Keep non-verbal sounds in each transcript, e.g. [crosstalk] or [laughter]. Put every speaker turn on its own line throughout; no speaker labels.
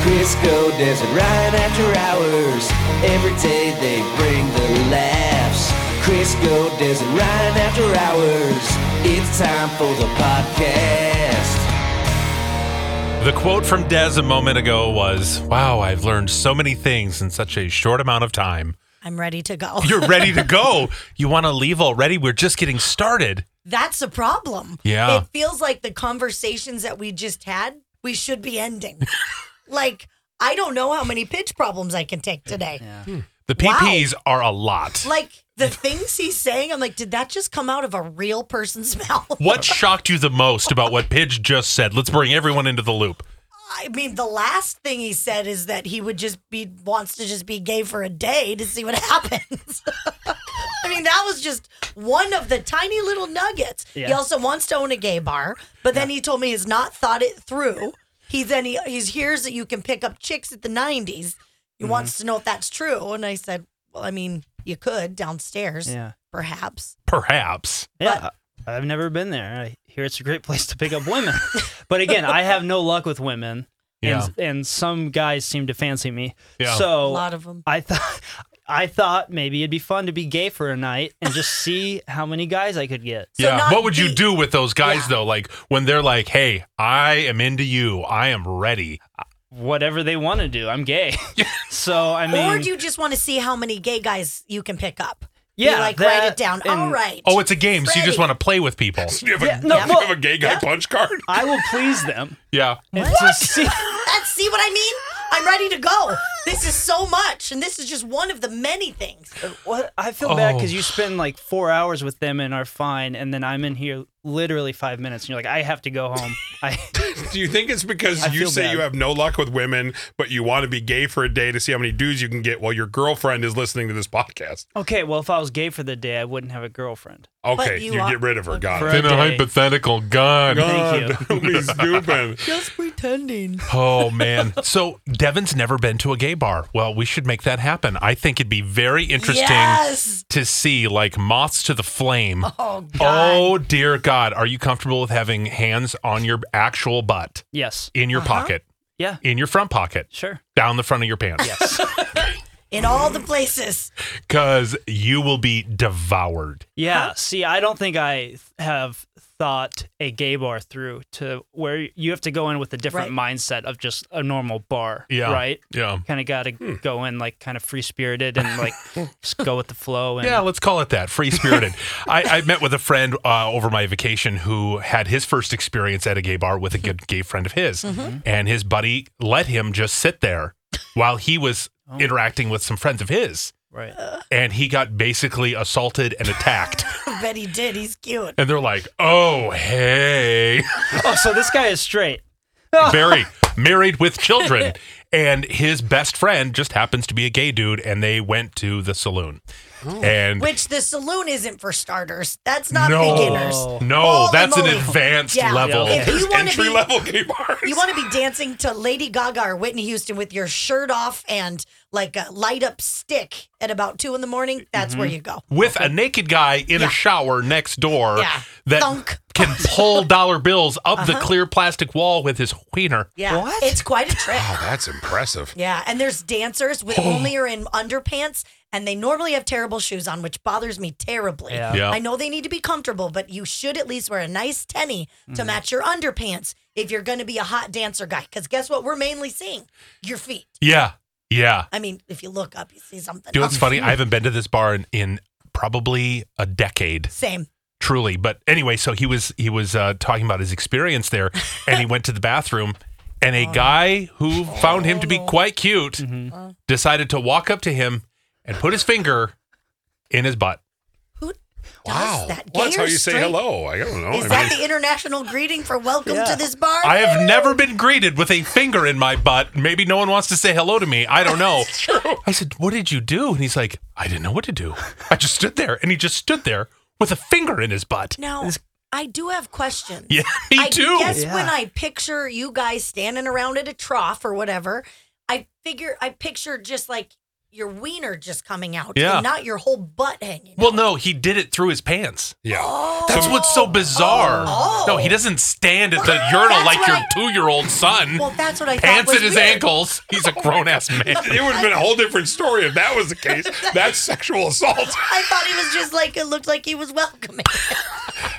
Crisco does it right after hours. Every day they bring the laughs. Crisco does it right after hours. It's time for the podcast.
The quote from Dez a moment ago was, Wow, I've learned so many things in such a short amount of time.
I'm ready to go.
[laughs] You're ready to go.
[laughs]
You want to leave already? We're just getting started.
That's the problem.
Yeah.
It feels like the conversations that we just had, we should
[laughs]
be ending. like, I don't know how many pitch problems I can take today.
The
Wow.
PPs are a lot.
Like, the things he's saying, I'm like, did that just come out of a real person's [laughs] mouth?
What shocked you the most about what Pidge just said? Let's bring everyone into the loop.
I mean, the last thing he said is that he would just be, wants to just be gay for a day to see what [laughs] happens. I mean, that was just one of the tiny little nuggets. He
Yeah.
also wants to own a gay bar, but then he told me he's not thought it through. He then he he's hears that you can pick up chicks at the 90s. He
Mm-hmm.
wants to know if that's true. And I said, well, I mean, you could downstairs,
Yeah.
perhaps.
Perhaps.
Yeah. I- I've never been there. I hear it's a great place
[laughs]
to pick up women. but again, I have no luck with women.
Yeah.
And, and some guys seem to fancy me.
Yeah.
A
So
lot of them.
I thought [laughs] I thought maybe it'd be fun to be gay for a night and
[laughs]
just see how many guys I could get.
So
yeah.
not
What would you
the-
do with those guys,
Yeah.
though? Like when they're like, Hey, I am into you. I am ready.
Whatever they want to do.
[laughs]
I'm gay. [laughs] so I mean
or do you just want to see how many gay guys you can pick up? Be
Yeah,
like write
that
it down.
and-
All right.
Oh, it's a game. So you just
Freddie.
want to play with people. [laughs] You have a,
no, you well- have a
gay guy punch card?
I will please
[laughs]
them.
Yeah.
And to
[laughs]
see
That's see what I mean? I'm ready to go. This is so much, and this is just one of the many things.
what I feel bad
Oh.
because you spend like four hours with them and are fine, and then I'm in here literally five minutes, and you're like, I have to go home. I
Do you think it's because
I
you
feel
say
bad.
you have no luck with women, but you want to be gay for a day to see how many dudes you can get while your girlfriend is listening to this podcast?
Okay, well, if I was gay for the day, I wouldn't have a girlfriend.
Okay,
you
you,
are-
get rid of her. God.
For- Then a Okay.
hypothetical gun.
God, [laughs]
Thank you.
don't
[laughs]
be stupid.
Just pretending.
Oh man. [laughs] So Devin's never been to a gay bar. Well, we should make that happen. I think it'd be very interesting
Yes.
to see like moths to the flame.
Oh God.
Oh dear God. Are you comfortable with having hands on your actual butt
Yes.
in
Uh-huh.
your pocket?
Yeah.
In your front pocket.
Sure.
Down the front of your pants.
Yes.
In all the places.
[laughs] Cause you will be devoured.
yeah. See, I don't think I th- have thought a gay bar through to where you have to go in with a different mindset of just a normal bar.
Yeah.
Right.
Yeah. Hmm.
Kind of got to go in like kind of free spirited and like just go with the flow. And
Yeah, let's call it that. Free spirited. I, I met with a friend uh, over my vacation who had his first experience at a gay bar with a good gay friend of his, and his buddy let him just sit there while he was interacting with some friends of his,
Right.
and he got basically assaulted and attacked.
I bet he did. He's cute.
and they're like, "Oh, hey."
oh, so this guy is straight.
very married with children and his best friend just happens to be a gay dude and they went to the saloon and
Which the saloon isn't for starters. That's not
no,
beginners.
No,
Holy
that's an
moly.
advanced
Yeah.
level.
Yeah.
If you want to
Entry
be
level gay bars.
You want to be dancing to Lady Gaga or Whitney Houston with your shirt off and like a light up stick at about two in the morning? That's
Mm-hmm.
where you go.
With a naked guy in
Yeah.
a shower next door
Yeah.
that
Thunk. Uh-huh.
can pull dollar bills up the clear plastic wall with his wiener.
[laughs] Yeah.
What?
It's quite a trip.
Oh, that's impressive.
Yeah, and there's dancers
Oh.
with only are in underpants, and they normally have terrible shoes on, which bothers me terribly.
Yeah.
Yeah.
I know they need to be comfortable, but you should at least wear a nice tenny
Mm-hmm.
to match your underpants if you're going to be a hot dancer guy. Because guess what? We're mainly seeing your feet.
Yeah. Yeah.
I mean, if you look up, you see something.
You know what's
Um,
funny? I haven't been to this bar in, in probably a decade.
Same.
truly but anyway so he was he was uh, talking about his experience there and
[laughs]
he went to the bathroom and
Oh.
a guy who found him to be quite cute
Mm-hmm.
decided to walk up to him and put his finger in his butt
Who? does
Wow.
that? Gay
Well, that's how
or
you say
straight?
hello. I don't know.
Is
I
that
mean,
the international greeting for welcome to this bar?
I have never been greeted with a finger in my butt. Maybe no one wants to say hello to me. I don't know. I said, What did you do? And he's like, I didn't know what to do. I just stood there. And he just stood there with a finger in his butt.
Now, I do have questions.
Yeah, [laughs] me
I
too.
guess
Yeah.
when I picture you guys standing around at a trough or whatever, I figure I picture just like your wiener just coming out,
Yeah.
and not your whole butt hanging.
Well, no, he did it through his pants.
yeah.
That's what's so bizarre.
Oh.
No, he doesn't stand at the
Well,
urinal
that's
like
what
your
I-
two year old son.
Well, that's what I thought
pants
was
at his
weird.
ankles. He's a grown ass
[laughs]
man.
[laughs] It would have been a whole different story if that was the case. That's sexual assault.
I thought he was just like it looked like he was
[laughs]
welcoming.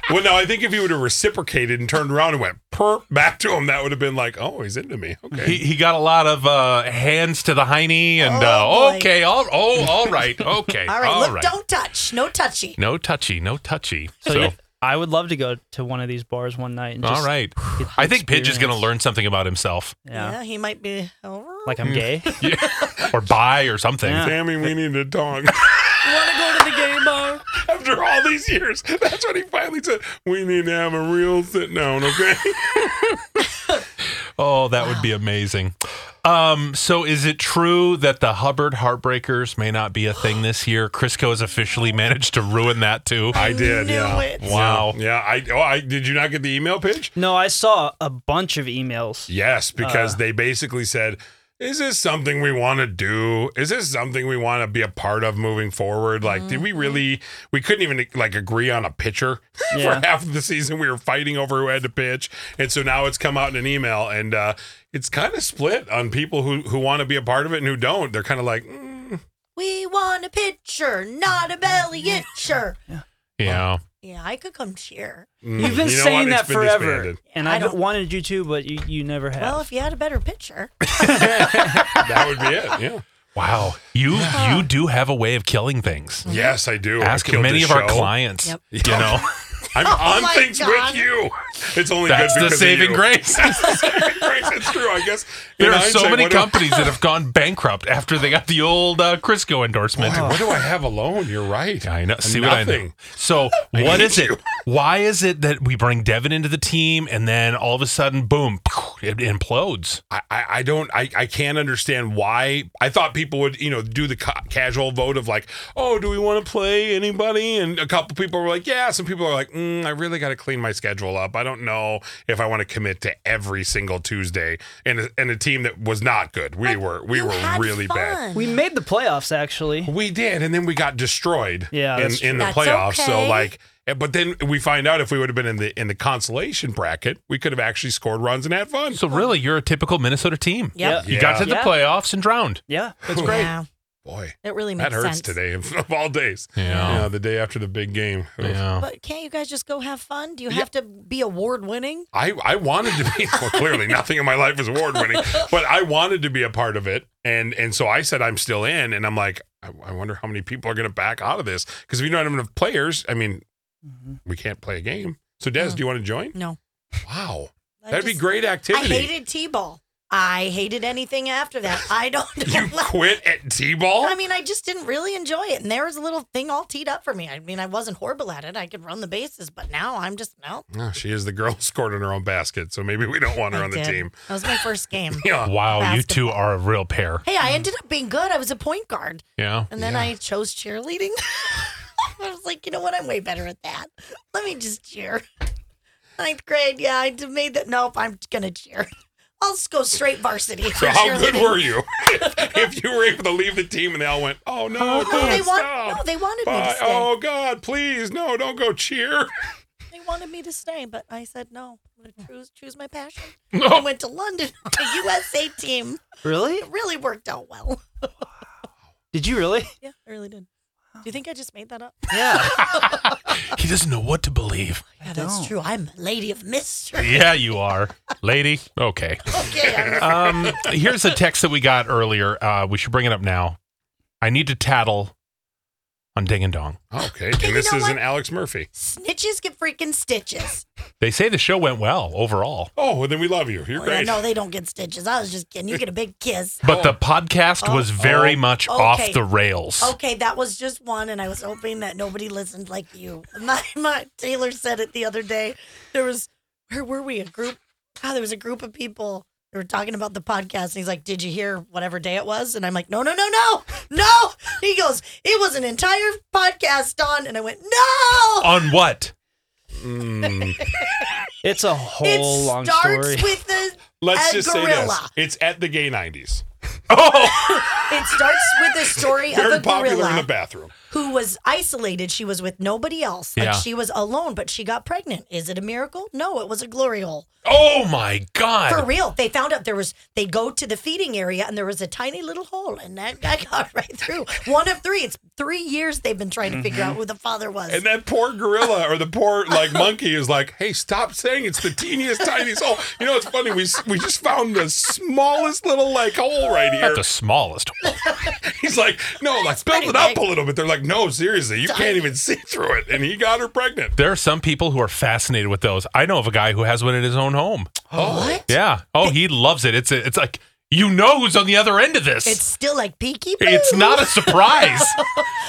Well, no, I think if he would have reciprocated and turned around and went perp back to him, that would have been like, oh, he's into me. Okay.
He, he got a lot of uh, hands to the hiney and
Oh,
uh,
boy.
okay, all, oh, all
[laughs]
right, okay,
All right, look, don't touch, no touchy.
No touchy, no touchy. So,
So, yeah, I would love to go to one of these bars one night. And just
all right.
get the
I think Pidge is going to
experience.
learn something about himself
Yeah.
he might be.
Like I'm gay. [laughs]
or buy or something.
Yeah.
Sammy, we need to
you
talk.
want to go to the gay bar?
After all these years, that's what he finally said. We need to have a real sit down, okay?
Oh, that would be amazing. Um, so is it true that the Hubbard Heartbreakers may not be a thing this year? Crisco has officially managed to ruin that too.
[laughs] I did.
knew
yeah.
it.
Wow.
Yeah. I. Oh, I did. You not get the email pitch?
No, I saw a bunch of emails.
Yes, because they basically said, "Is this something we want to do? Is this something we want to be a part of moving forward? Like, did
Mm-hmm.
we really? We couldn't even like agree on a pitcher [laughs]
Yeah.
for half of the season. We were fighting over who had to pitch, and so now it's come out in an email, and uh, it's kind of split on people who who want to be a part of it and who don't. They're kind of like, mm,
We want a pitcher, not a belly itcher.
Yeah.
Yeah, I could come cheer.
mm,
You've been
you know
saying
what? It's
that
been
forever,
disbanded.
and
I
I,
don't-
wanted you to, but you, you never have.
Well, if you had a better pitcher,
That would be it. Yeah.
Wow. You you do have a way of killing things.
Yes, I do. I
Ask
killed
many
this
of our
show.
clients.
Yep.
You know,
I'm on
Oh my
things
God.
with you. It's only
that's
good
the
[laughs] because of
saving
you. [laughs]
grace.
Right, That's true. I guess in
There are so
hindsight,
many
what do-
companies that have gone bankrupt after they got the old uh, Crisco endorsement.
Boy, what do I have alone? You're right.
I know. See what I know.
Nothing.
So [laughs]
I
what
hate
is it?
you.
Why is it that we bring Devin into the team and then all of a sudden, boom, it implodes?
I, I I don't. I, I can't understand why. I thought people would, you know, do the ca- casual vote of like, oh, do we want to play anybody? And a couple people were like, yeah. Some people are like, mm, I really got to clean my schedule up. I don't know if I want to commit to every single Tuesday. And a, and a team that was not good. We were we
You
were
had
really bad.
fun.
we made the playoffs actually.
We did, and then we got destroyed.
Yeah,
in,
that's
in the
That's
playoffs. So
okay.
like, eh, but then we find out if we would have been in the in the consolation bracket, we could have actually scored runs and had fun.
So really, you're a typical Minnesota team.
Yep.
You got
Yeah.
to the
Yeah.
playoffs and drowned.
Yeah,
[laughs]
that's great.
Yeah,
Boy,
it really makes
that hurts
sense.
today [laughs] of, of all days.
Yeah.
the day after the big game. Ugh.
Yeah.
But can't you guys just go have fun? Do you have to be award winning?
I, I wanted to be [laughs] well, clearly nothing in my life is award winning, but I wanted to be a part of it, and and so I said I'm still in, and I'm like I, I wonder how many people are going to back out of this because if you don't have enough players, I mean,
Mm-hmm.
we can't play a game. So Des, do you want to join?
No.
Wow,
I
that'd be
just-
great
I
activity.
hated T ball. I hated anything after that. I don't
[laughs]
[laughs]
You quit at T-ball?
I mean, I just didn't really enjoy it. And there was a little thing all teed up for me. I mean, I wasn't horrible at it. I could run the bases, but now I'm just, no.
No, Ah, she is the girl [laughs] who scored in her own basket, so maybe we don't want her
I
on the
did.
team.
That was my
[laughs]
first game.
Yeah.
Wow, you two
Basketball.
are a real pair.
Hey, I ended up being good. I was a point guard.
Yeah.
And then I chose cheerleading. [laughs] I was like, you know what? I'm way better at that. Let me just cheer. Ninth grade, yeah, I d- made that. Nope, I'm going to cheer. I'll just go straight varsity.
So how good
Cheerleading.
were you? [laughs] if you were able to leave the team and they all went, oh no,
No,
don't
they, want,
stop.
no, they wanted me to
Bye.
stay.
Oh God, please no, don't go cheer.
They wanted me to stay, but I said no. I'm gonna choose, choose my
[laughs]
passion.
No.
I went to London [laughs] on the USA team.
Really?
It really worked out well.
Did you really?
Yeah, I really did. Do you think I just made that up?
Yeah.
He doesn't know what to believe.
Yeah, that's true. I'm a lady of mystery.
Yeah, you are, lady. Okay.
Okay, I'm
Um, here's a text that we got earlier. Uh, we should bring it up now. I need to tattle on Ding and Dong.
Oh, [laughs] okay.
you
And this
know
is
what?
an Alex Murphy.
[laughs] Snitches get freaking stitches.
They say the show went well overall,
Oh, and then we love you. You're
Well, yeah,
great.
no, they don't get stitches. I was just kidding. You get a big kiss.
but the podcast was very
oh,
much off
Oh. okay. Oh.
the rails.
Okay, that was just one, and I was hoping that nobody listened like you. [laughs] My, my Taylor said it the other day. There was where were we? A group? God, there was a group of people. They were talking about the podcast, and he's like, "Did you hear whatever day it was?" And I'm like, "No, no, no, no, no!" He goes, "It was an entire podcast on," and I went, "No."
On what?
It's a whole
it
long
starts
story.
with the
Let's
a
just say this.
gorilla.
It's at the gay 90s.
It starts with the story of
Very
a
popular
gorilla
in the bathroom.
who was isolated. She was with nobody else. Like
Yeah.
she was alone, but she got pregnant. Is it a miracle? No, it was a glory hole.
Oh my
For
God.
real. They found out there was they go to the feeding area and there was a tiny little hole and that guy [laughs] got right through. One of three. It's three years they've been trying to
Mm-hmm.
figure out who the father was.
And that poor gorilla or the poor like monkey is like, "Hey, stop saying it's the teeniest tiniest hole." You know, it's funny. We we just found the smallest little like hole right here.
Not the smallest [laughs] one.
[laughs] He's like, "No, like build
pretty
it up
big.
a little bit." They're like, "No, seriously, you can't even see through it." And he got her pregnant.
There are some people who are fascinated with those. I know of a guy who has one in his own home.
what?
Yeah. Oh, he loves it. It's a, it's like you know who's on the other end of this.
It's still like Peaky.
It's
Blinders. [laughs]
not a surprise.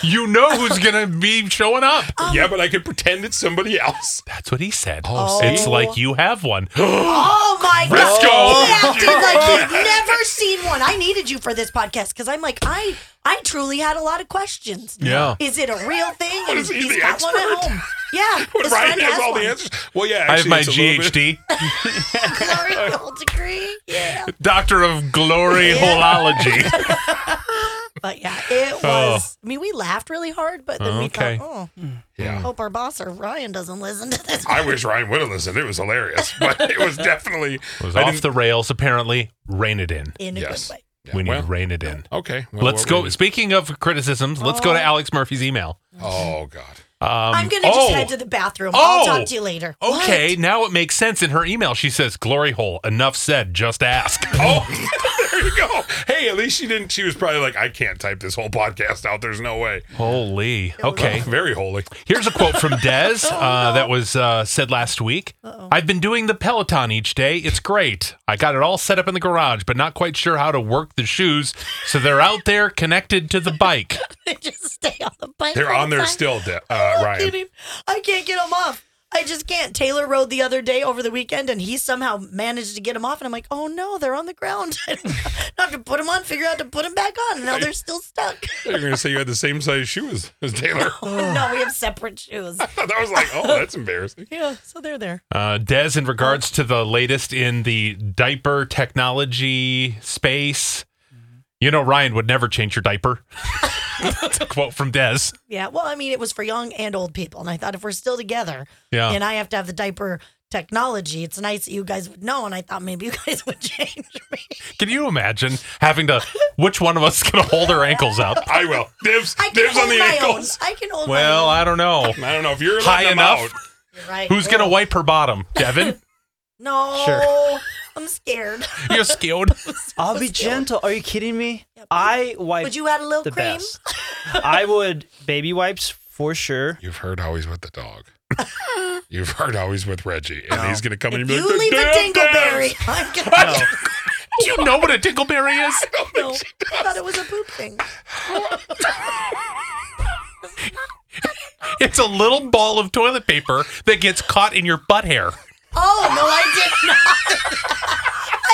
you know who's gonna be showing up.
Um,
yeah, but I could pretend it's somebody else. [laughs]
That's what he said.
Oh,
it's
see?
like you have one.
Oh my god.
Let's go.
He acted like
[laughs]
he'd never seen one. I needed you for this podcast because I'm like, I I truly had a lot of questions.
Yeah.
Is it a real thing?
What is he,
He's
the
got one at
expert?
home.
[laughs]
Yeah.
But
his
Ryan
friend
has all
one.
the answers. Well, yeah,
I have
actually,
my
it's a little bit-
GHD,
[laughs]
Glory hole degree. Yeah.
Doctor of Glory
[laughs]
Holology.
But yeah, it
Oh.
was. I mean, we laughed really hard, but then we
Okay.
thought, oh,
Yeah.
hope our boss or Ryan doesn't listen to this. [laughs]
I wish Ryan would have listened. It was hilarious, [laughs] but it was definitely
It was
I
off
didn't-
the rails. Apparently, rein it in.
In a
Yes.
good way.
Yeah,
we need
well,
to rein it in.
Okay, well,
let's
what
go.
we-
Speaking of criticisms, let's go to Alex Murphy's email.
Oh God. [laughs]
Um,
I'm going to just
oh,
head to the bathroom. I'll
Oh.
talk to you later. What?
Okay, now it makes sense. In her email, she says, "Glory hole. Enough said. Just ask."
[laughs] Oh, there you go. Hey, at least she didn't. She was probably like, I can't type this whole podcast out. There's no way.
Holy. Okay.
Very holy.
Here's a quote from Des uh, that was uh, said last week. I've been doing the Peloton each day. It's great. I got it all set up in the garage, but not quite sure how to work the shoes, so they're out there connected to the bike.
They [laughs] just stay on the bike.
They're
all
on there
time.
still, De-
I
uh,
can't
Ryan.
even- I can't get them off. I just can't. Taylor rode the other day over the weekend, and he somehow managed to get them off. And I'm like, oh no, they're on the ground. [laughs] I have to put them on, figure out how to put them back on. And now they're still stuck. [laughs] Oh,
You're going to say you had the same size shoes as Taylor.
no, we have separate shoes.
I was like, oh, that's embarrassing.
Yeah, so they're there.
Uh, Des, in regards to the latest in the diaper technology space, you know Ryan would never change your diaper. [laughs] That's a quote from Des.
Yeah. Well, I mean, it was for young and old people. And I thought if we're still together
Yeah.
and I have to have the diaper technology, it's nice that you guys would know. And I thought maybe you [laughs] guys would change me.
Can you imagine having to? Which one of us is going to hold our ankles up?
I will. Dibs.
[laughs] I can
Dibs
hold
on the
my
ankles.
own. I can hold
Well,
my own.
I don't know.
I don't know if you're letting
High
them
enough?
out.
You're right.
Who's going to wipe her bottom, Devin?
No.
Sure.
I'm scared. [laughs]
You're skilled.
[laughs] I'll be gentle. Are you kidding me? I wipe.
Would you add a little
the
cream?
best. [laughs] I would baby wipes
[laughs]
for sure.
You've heard how he's with the dog. You've heard how he's with Reggie. And he's going to come in and be like,
You
"The
leave a
damn
dingleberry.
Dibs."
I'm gonna.
Do you know what a dingleberry is?
No, I thought it was a poop thing.
It's a little ball of toilet paper that gets caught in your butt hair.
Oh no, I did not. [laughs]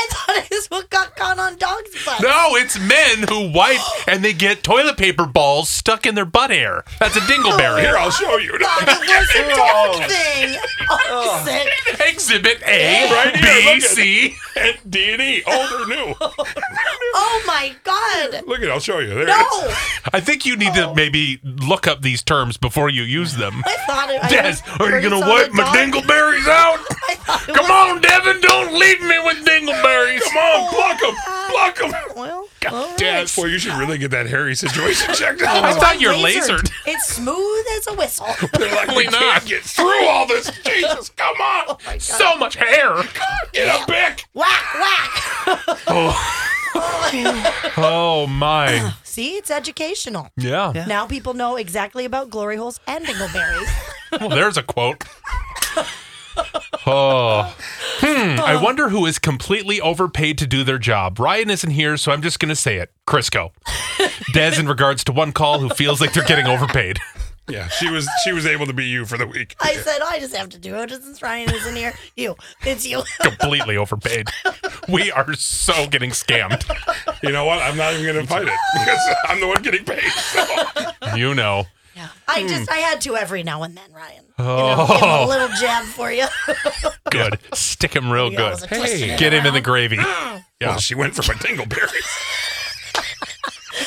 I thought it was what got caught on dog's butt.
No, it's men who wipe and they get toilet paper balls stuck in their butt hair. That's a
Here,
dingleberry.
I'll show you.
[laughs] God, it was a dog thing. Oh, sick.
[laughs] Exhibit A,
Right here,
B,
look at-
C.
And D&E. Oh, they're new.
Oh my god.
Look at it. I'll show you. There it is.
No,
I think you need
Oh.
to maybe look up these terms before you use
[laughs]
them.
I thought it. I
Yes,
heard-
are
heard
you
it
gonna
sounded
wipe my
dog.
dingleberries
[laughs]
out?
I thought it
Come
was-
on, Devin, don't leave me with dingleberries.
Come on, block him. Block him.
Well, all right. Oh,
Yes.
Boy, you should really get that hairy situation [laughs] checked
I
out.
thought you're
Lasered.
lasered.
It's smooth as
[laughs]
a whistle. [laughs]
They're like, we can't get through all this. Jesus, come on.
Oh,
So much hair.
Get a bick.
whack whack.
Oh,
Oh,
Oh
[sighs]
my.
See, it's educational.
Yeah.
Now people know exactly about glory holes and
[laughs]
dingleberries.
Well, there's a quote. Oh. Hmm. I wonder who is completely overpaid to do their job. Ryan isn't here, so I'm just going to say it.
[laughs]
Crisco. Des, in regards to one call, who feels like they're getting overpaid.
Yeah, she was she was able to be you for the week.
I said, I just have to do it since Ryan isn't here. You, it's you.
completely overpaid. We are so getting scammed.
You know what? I'm not even going to fight it
[laughs]
because I'm the one getting paid. So.
You know.
[laughs] I just, I had to every now and then, Ryan. You know, give him a
Oh.
little jab for
[laughs]
you.
Good. Stick him real
Yeah, I
good.
was twisting it
Get him in the
around.
[gasps]
gravy.
Yeah, she went for my dingleberries.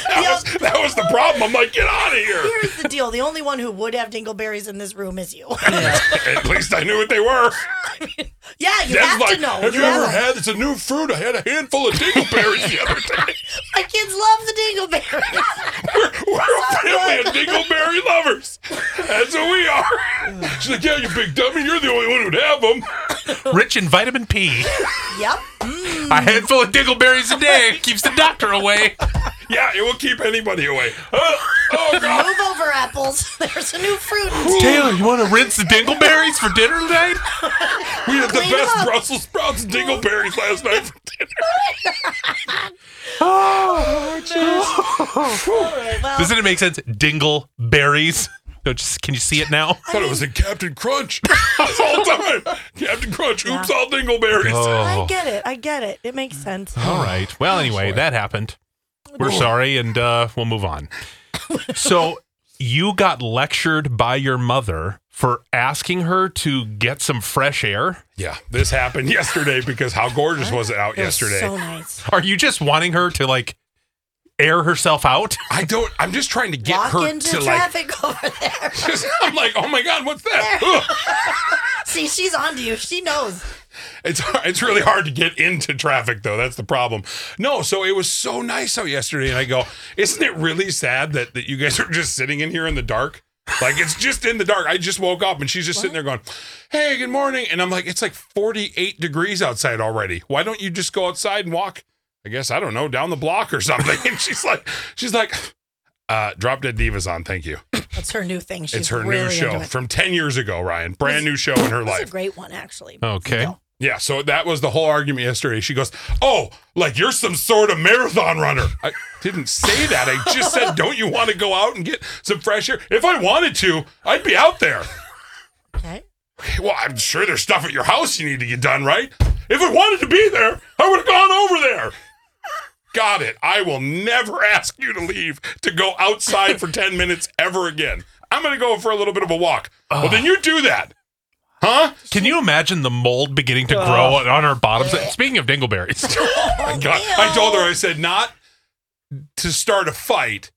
that, was, [laughs] that was the problem. I'm like, get out of here.
Here's the deal: the only one who would have dingleberries in this room
[laughs]
is you. [laughs]
At least I knew what they were.
yeah, you
That's
have
like,
to know.
Have you
have to-
ever had? It's a new fruit. I had a handful of dingleberries the other day. [laughs]
My kids love the dingleberries.
We're, we're a family of dingleberry lovers. That's what we are.
[sighs]
She's like, yeah, you big dummy. You're the only one who'd have
[laughs]
them.
Rich in vitamin P.
yep.
A handful of
[laughs]
dingleberries a day keeps the doctor away.
Yeah, it will keep anybody away. Oh, oh God.
Move over, apples. [laughs] There's a new fruit.
Taylor, you want to rinse the dingleberries for dinner tonight?
We had the
Clean 'em
best
up.
Brussels sprouts and dingleberries last night
[laughs]
for dinner.
Doesn't it make sense? Dingleberries. Don't you, can you see it now?
thought it was in
[laughs]
Captain Crunch this whole time. Captain Crunch, oops, all dingleberries.
Oh.
I get it. I get it. It makes sense.
Oh.
All right. Well, anyway, that happened. We're sorry, and uh, we'll move on. So you got lectured by your mother for asking her to get some fresh air.
Yeah, this happened yesterday because how gorgeous was it out yesterday?
So nice.
Are you just wanting her to like air herself out?
I don't. I'm just trying to get
Walk
her
into
to like.
traffic [laughs] over there.
[laughs] I'm like, oh my god, what's [laughs] that? Ugh.
See, she's onto you. She knows.
It's [laughs] hard- it's really hard to get into traffic though. That's the problem. No, so it was so nice out yesterday, and I go, isn't it really sad that that you guys [laughs] are just sitting in here in the dark? Like it's just in the dark. I just woke up and she's just sitting there going, "Hey, good morning," and I'm like, "It's like 48 degrees outside already. Why don't you just go outside and walk? I guess I don't know down the block or something." [laughs] And she's like, she's like, uh, "Drop Dead Divas on, thank you.
It's her new thing. She's
it's her
really
new show
Into it.
from 10 years ago, Ryan. Brand new show in her
It's a
life."
great one, actually.
Okay.
Yeah, so that was the whole argument yesterday. She goes, "Oh, like you're some sort of marathon runner." I didn't say that. I just said, "Don't you want to go out and get some fresh air?" If I wanted to, I'd be out there.
Okay.
Well, I'm sure there's stuff at your house you need to get done, right? If I wanted to be there, I would have gone over there. Got it. I will never [laughs] ask you to leave to go outside for 10 minutes ever again. I'm going to go for a little bit of a walk. Well, then you do that. Huh?
Can you imagine the mold beginning to grow on her bottom? Speaking of
[laughs]
dingleberries, Oh,
my God. I told her, I said, not to start a fight,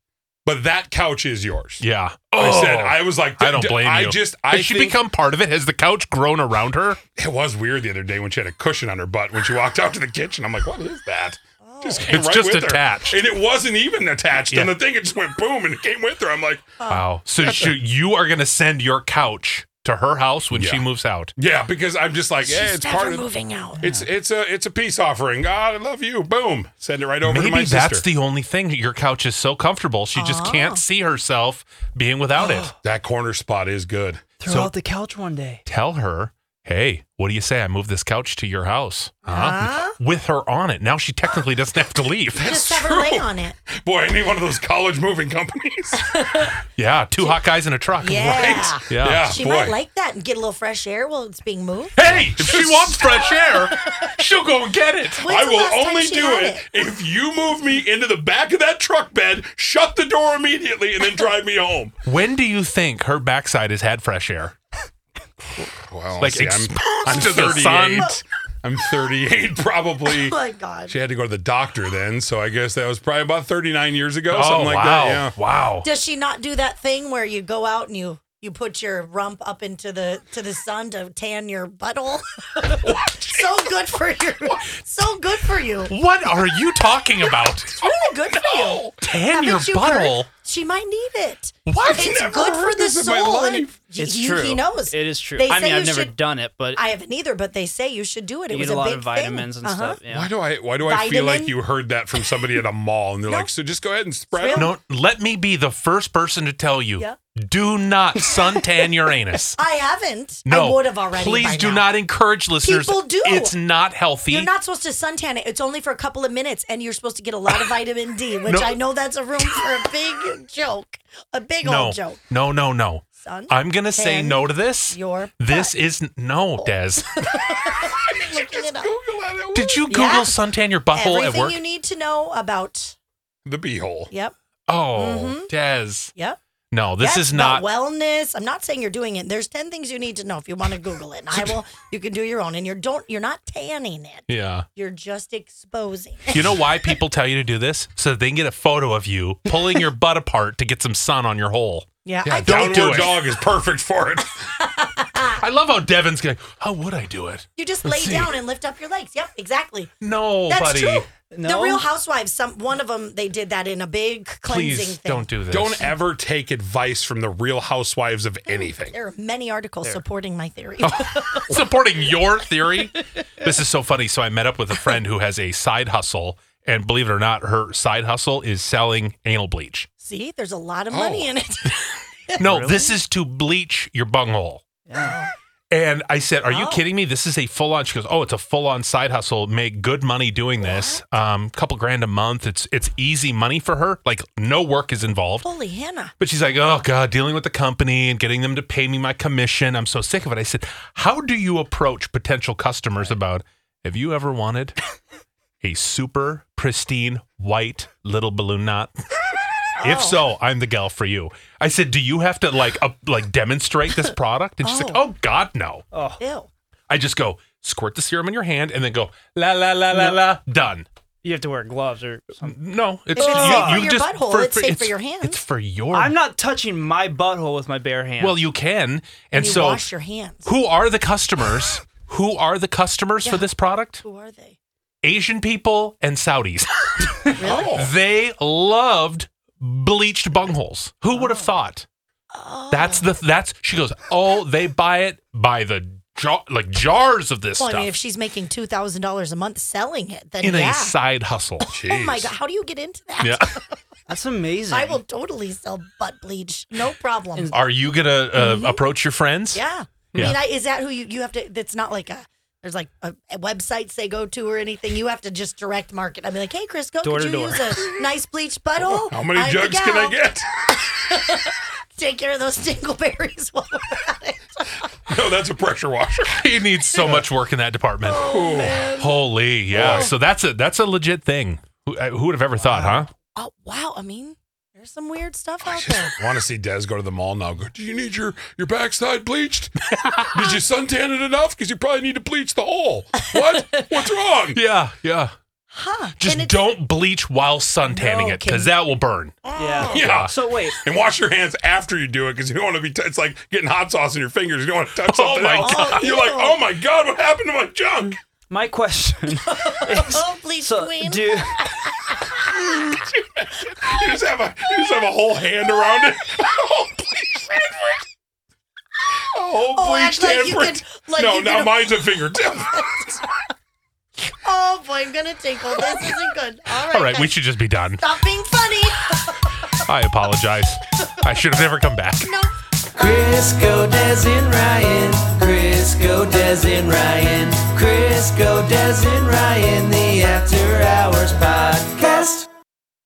but that couch is yours.
yeah.
I said, I was like,
Oh, I don't blame
I
you.
just, I
Has she
think-
become part of it? Has the couch grown around her?
It was weird the other day when she had a cushion on her butt when she walked out to the kitchen. I'm like, what is that? Just came
It's just
with her.
attached.
and it wasn't even attached. And
Yeah.
the thing, it just went boom, and it came with her. I'm like,
Wow. So she, you are going to send your couch to her house when she
Yeah.
moves out.
yeah, because I'm just like, yeah,
She's
it's
never
part of.
moving out.
It's it's a it's a peace offering. God, I love you. Boom, send it right over to my
Maybe
sister.
that's the only thing. Your couch is so comfortable, she just
Oh.
can't see herself being without it.
[gasps]
that corner spot is good.
Throw out the couch one day.
Tell her, hey, what do you say? I move this couch to your house huh? with her on it. Now she technically doesn't have to leave.
[laughs] Just have her lay on
[laughs]
it.
Boy, I need one of those college moving companies.
[laughs]
[laughs]
Yeah, two hot guys in a truck.
Yeah.
Yeah.
Yeah,
She
Ah, boy.
might like that and get a little fresh air while it's being moved.
Hey, if she wants fresh air, she'll go and get it.
When's
I
the last
will
time
only
she
do
had
it, if you move me into the back of that truck bed, shut the door immediately,
[laughs]
and then drive me home.
When do you think her backside has had fresh air?
Well,
Like,
see, I'm,
exposed
I'm
to the sun.
38. [laughs] I'm
[laughs]
38, [laughs] probably.
Oh my God.
She had to go to the doctor then, so I guess that was probably about 39 years ago,
Oh,
something like
wow.
that. Yeah.
Wow.
Does she not do that thing where you go out and you you put your rump up into the to the sun to tan your butthole? [laughs] so good for you. So good for you.
What are you talking
[laughs]
about?
Really good for you.
Tan your
Haven't you heard?
butthole.
She might need it.
What?
It's good for the soul. and it
It's
he,
true.
He knows.
It is true.
They
I
say
mean, I've
you
never
should-
done it, but
I haven't either, but they say you should do it. It
you
was
get a lot
big
of vitamins
thing.
and
Uh-huh.
stuff. Yeah.
Why do I? Why do I feel like
Vitamin?
you heard that from somebody at a mall, and
[laughs]
they're
No.
like, "So just go ahead and spread
Really?
them."
No, let me be the first person to tell you
Yeah.
do not suntan your anus.
[laughs] I haven't.
No.
I would have already.
Please
by
do
now.
not encourage listeners.
People do.
It's not healthy.
You're not supposed to suntan it. It's only for a couple of minutes, and you're supposed to get a
[laughs]
lot of vitamin D,
No.
which I know that's a room for a big joke, a big
no.
old joke.
No, no, no.
Son,
I'm going to say
Tan
no to this.
your Oh.
This is no, Des.
[laughs] looking it up.
Google it.
Did you Google
Yeah.
suntan your butthole at
Everything
work?
you need to know about.
The beehole.
Yep,
oh,
Mm-hmm.
Des.
yep.
No, this
That's
is not.
about wellness. I'm not saying you're doing it. There's ten things you need to know if you want to Google it.
[laughs]
And I will. You can do your own, and you're don't. You're not tanning it.
yeah.
You're just exposing. it.
You know why people tell you to do this? So that they can get a photo of you pulling
[laughs]
your butt apart to get some sun on your hole.
Yeah,
Yeah,
I think
don't
Downward
do it.
dog is perfect for it.
I love how Devin's going, how would I do it?
you just lay
Let's see.
down and lift up your legs. Yep, exactly.
No,
That's
buddy.
true. The
No?
Real Housewives, some one of them, they did that in a big cleansing
Please
thing.
don't do this.
Don't ever take advice from the Real Housewives of anything.
There are many articles supporting my theory.
[laughs] Oh. supporting your theory. This is so funny. So I met up with a friend who has a side hustle, and believe it or not, her side hustle is selling anal
[laughs]
bleach.
[laughs] See, there's a lot of
Oh.
money in it. [laughs]
No, this is to bleach your bunghole. And I said, "Are you
Oh.
kidding me? This is a full on." She goes, "Oh, it's a full on side hustle. Make good money doing this. Um, couple grand a month. It's it's easy money for her. Like no work is involved."
Holy Hannah.
But she's like, "Oh God, dealing with the company and getting them to pay me my commission. I'm so sick of it." I said, "How do you approach potential customers about? Have you ever wanted a super pristine white little balloon
[laughs]
knot?"
Oh.
If so, I'm the gal for you. I said, "Do you have to like up, like demonstrate
[laughs]
this product?" And she's like, "Oh God, no."
Ew.
I just go squirt the serum in your hand and then go la la la la la. Done.
you have to wear gloves or something.
No, it's,
It's safe for
you
your
just
butthole. It's safe for your hands.
It's for your.
I'm not touching my butthole with my bare hands.
Well, you can, and
you
so
wash your hands.
who are the customers? [laughs] who are the customers for
Yeah.
this product?
Who
[laughs]
are they?
Asian people and
[laughs]
Saudis.
Really?
they loved bleached bungholes. Who would have thought? That's the that's. She goes, oh, they buy it by the jar, like jars of this
well,
stuff
I mean, if she's making two thousand dollars a month selling it, then
in
yeah.
a side
[laughs]
hustle.
oh my god, how do you get into that?
Yeah.
that's
[laughs]
amazing.
I will totally sell butt bleach, no problem.
Are you gonna uh, approach your friends?
Mm-hmm.
[laughs]
Yeah. I
Yeah.
mean, I, is that who you, you have to? That's not like a. There's like a, a websites they go to or anything. You have to just direct market. I'd be like, hey, Chris, go.
Door
Could
to
you
door.
use a nice bleach butthole?
How many
I'm the
jugs can
gal.
I get? [laughs]
Take care of those dingleberries [laughs] while we're at it.
no, that's a pressure washer.
[laughs] He needs
[laughs]
so much work in that department.
Oh,
Holy, yeah. So that's a that's a legit thing. Who, uh, who would have ever thought, huh?
Oh wow! I mean, there's some weird stuff out
[laughs]
there.
Just want to see Des go to the mall now. Go. Do you need your your backside bleached? Did you suntan it enough? Because you probably need to bleach the hole. What? What's wrong?
Yeah, yeah.
Huh?
Just
And it's-
don't bleach while suntanning
No,
it because
can-
that will burn.
Yeah. [laughs]
Yeah.
So wait,
And wash your hands after you do it because you don't want to be. T- it's like getting hot sauce in your fingers. You don't want to touch
Oh
something
my
else.
God.
You're like,
Ew.
oh my god, what happened to my junk?
my [laughs] question is
Oh, bleach
so
queen.
do
You just have a you just have a whole hand around it. [laughs] A whole
[laughs]
bleached hand print. A whole
Oh, act
bleached
like
hand
you
print.
could- like
no,
you
now
could-
mine's a [laughs] fingertip.
oh boy, I'm gonna tinkle. This isn't good. All right.
All right, we
guys,
should just be done.
stop being funny.
I apologize. I should have never come back.
no.
Crisco Des and Ryan. Crisco Des and Ryan. Crisco Des and Ryan. The After Hours Podcast.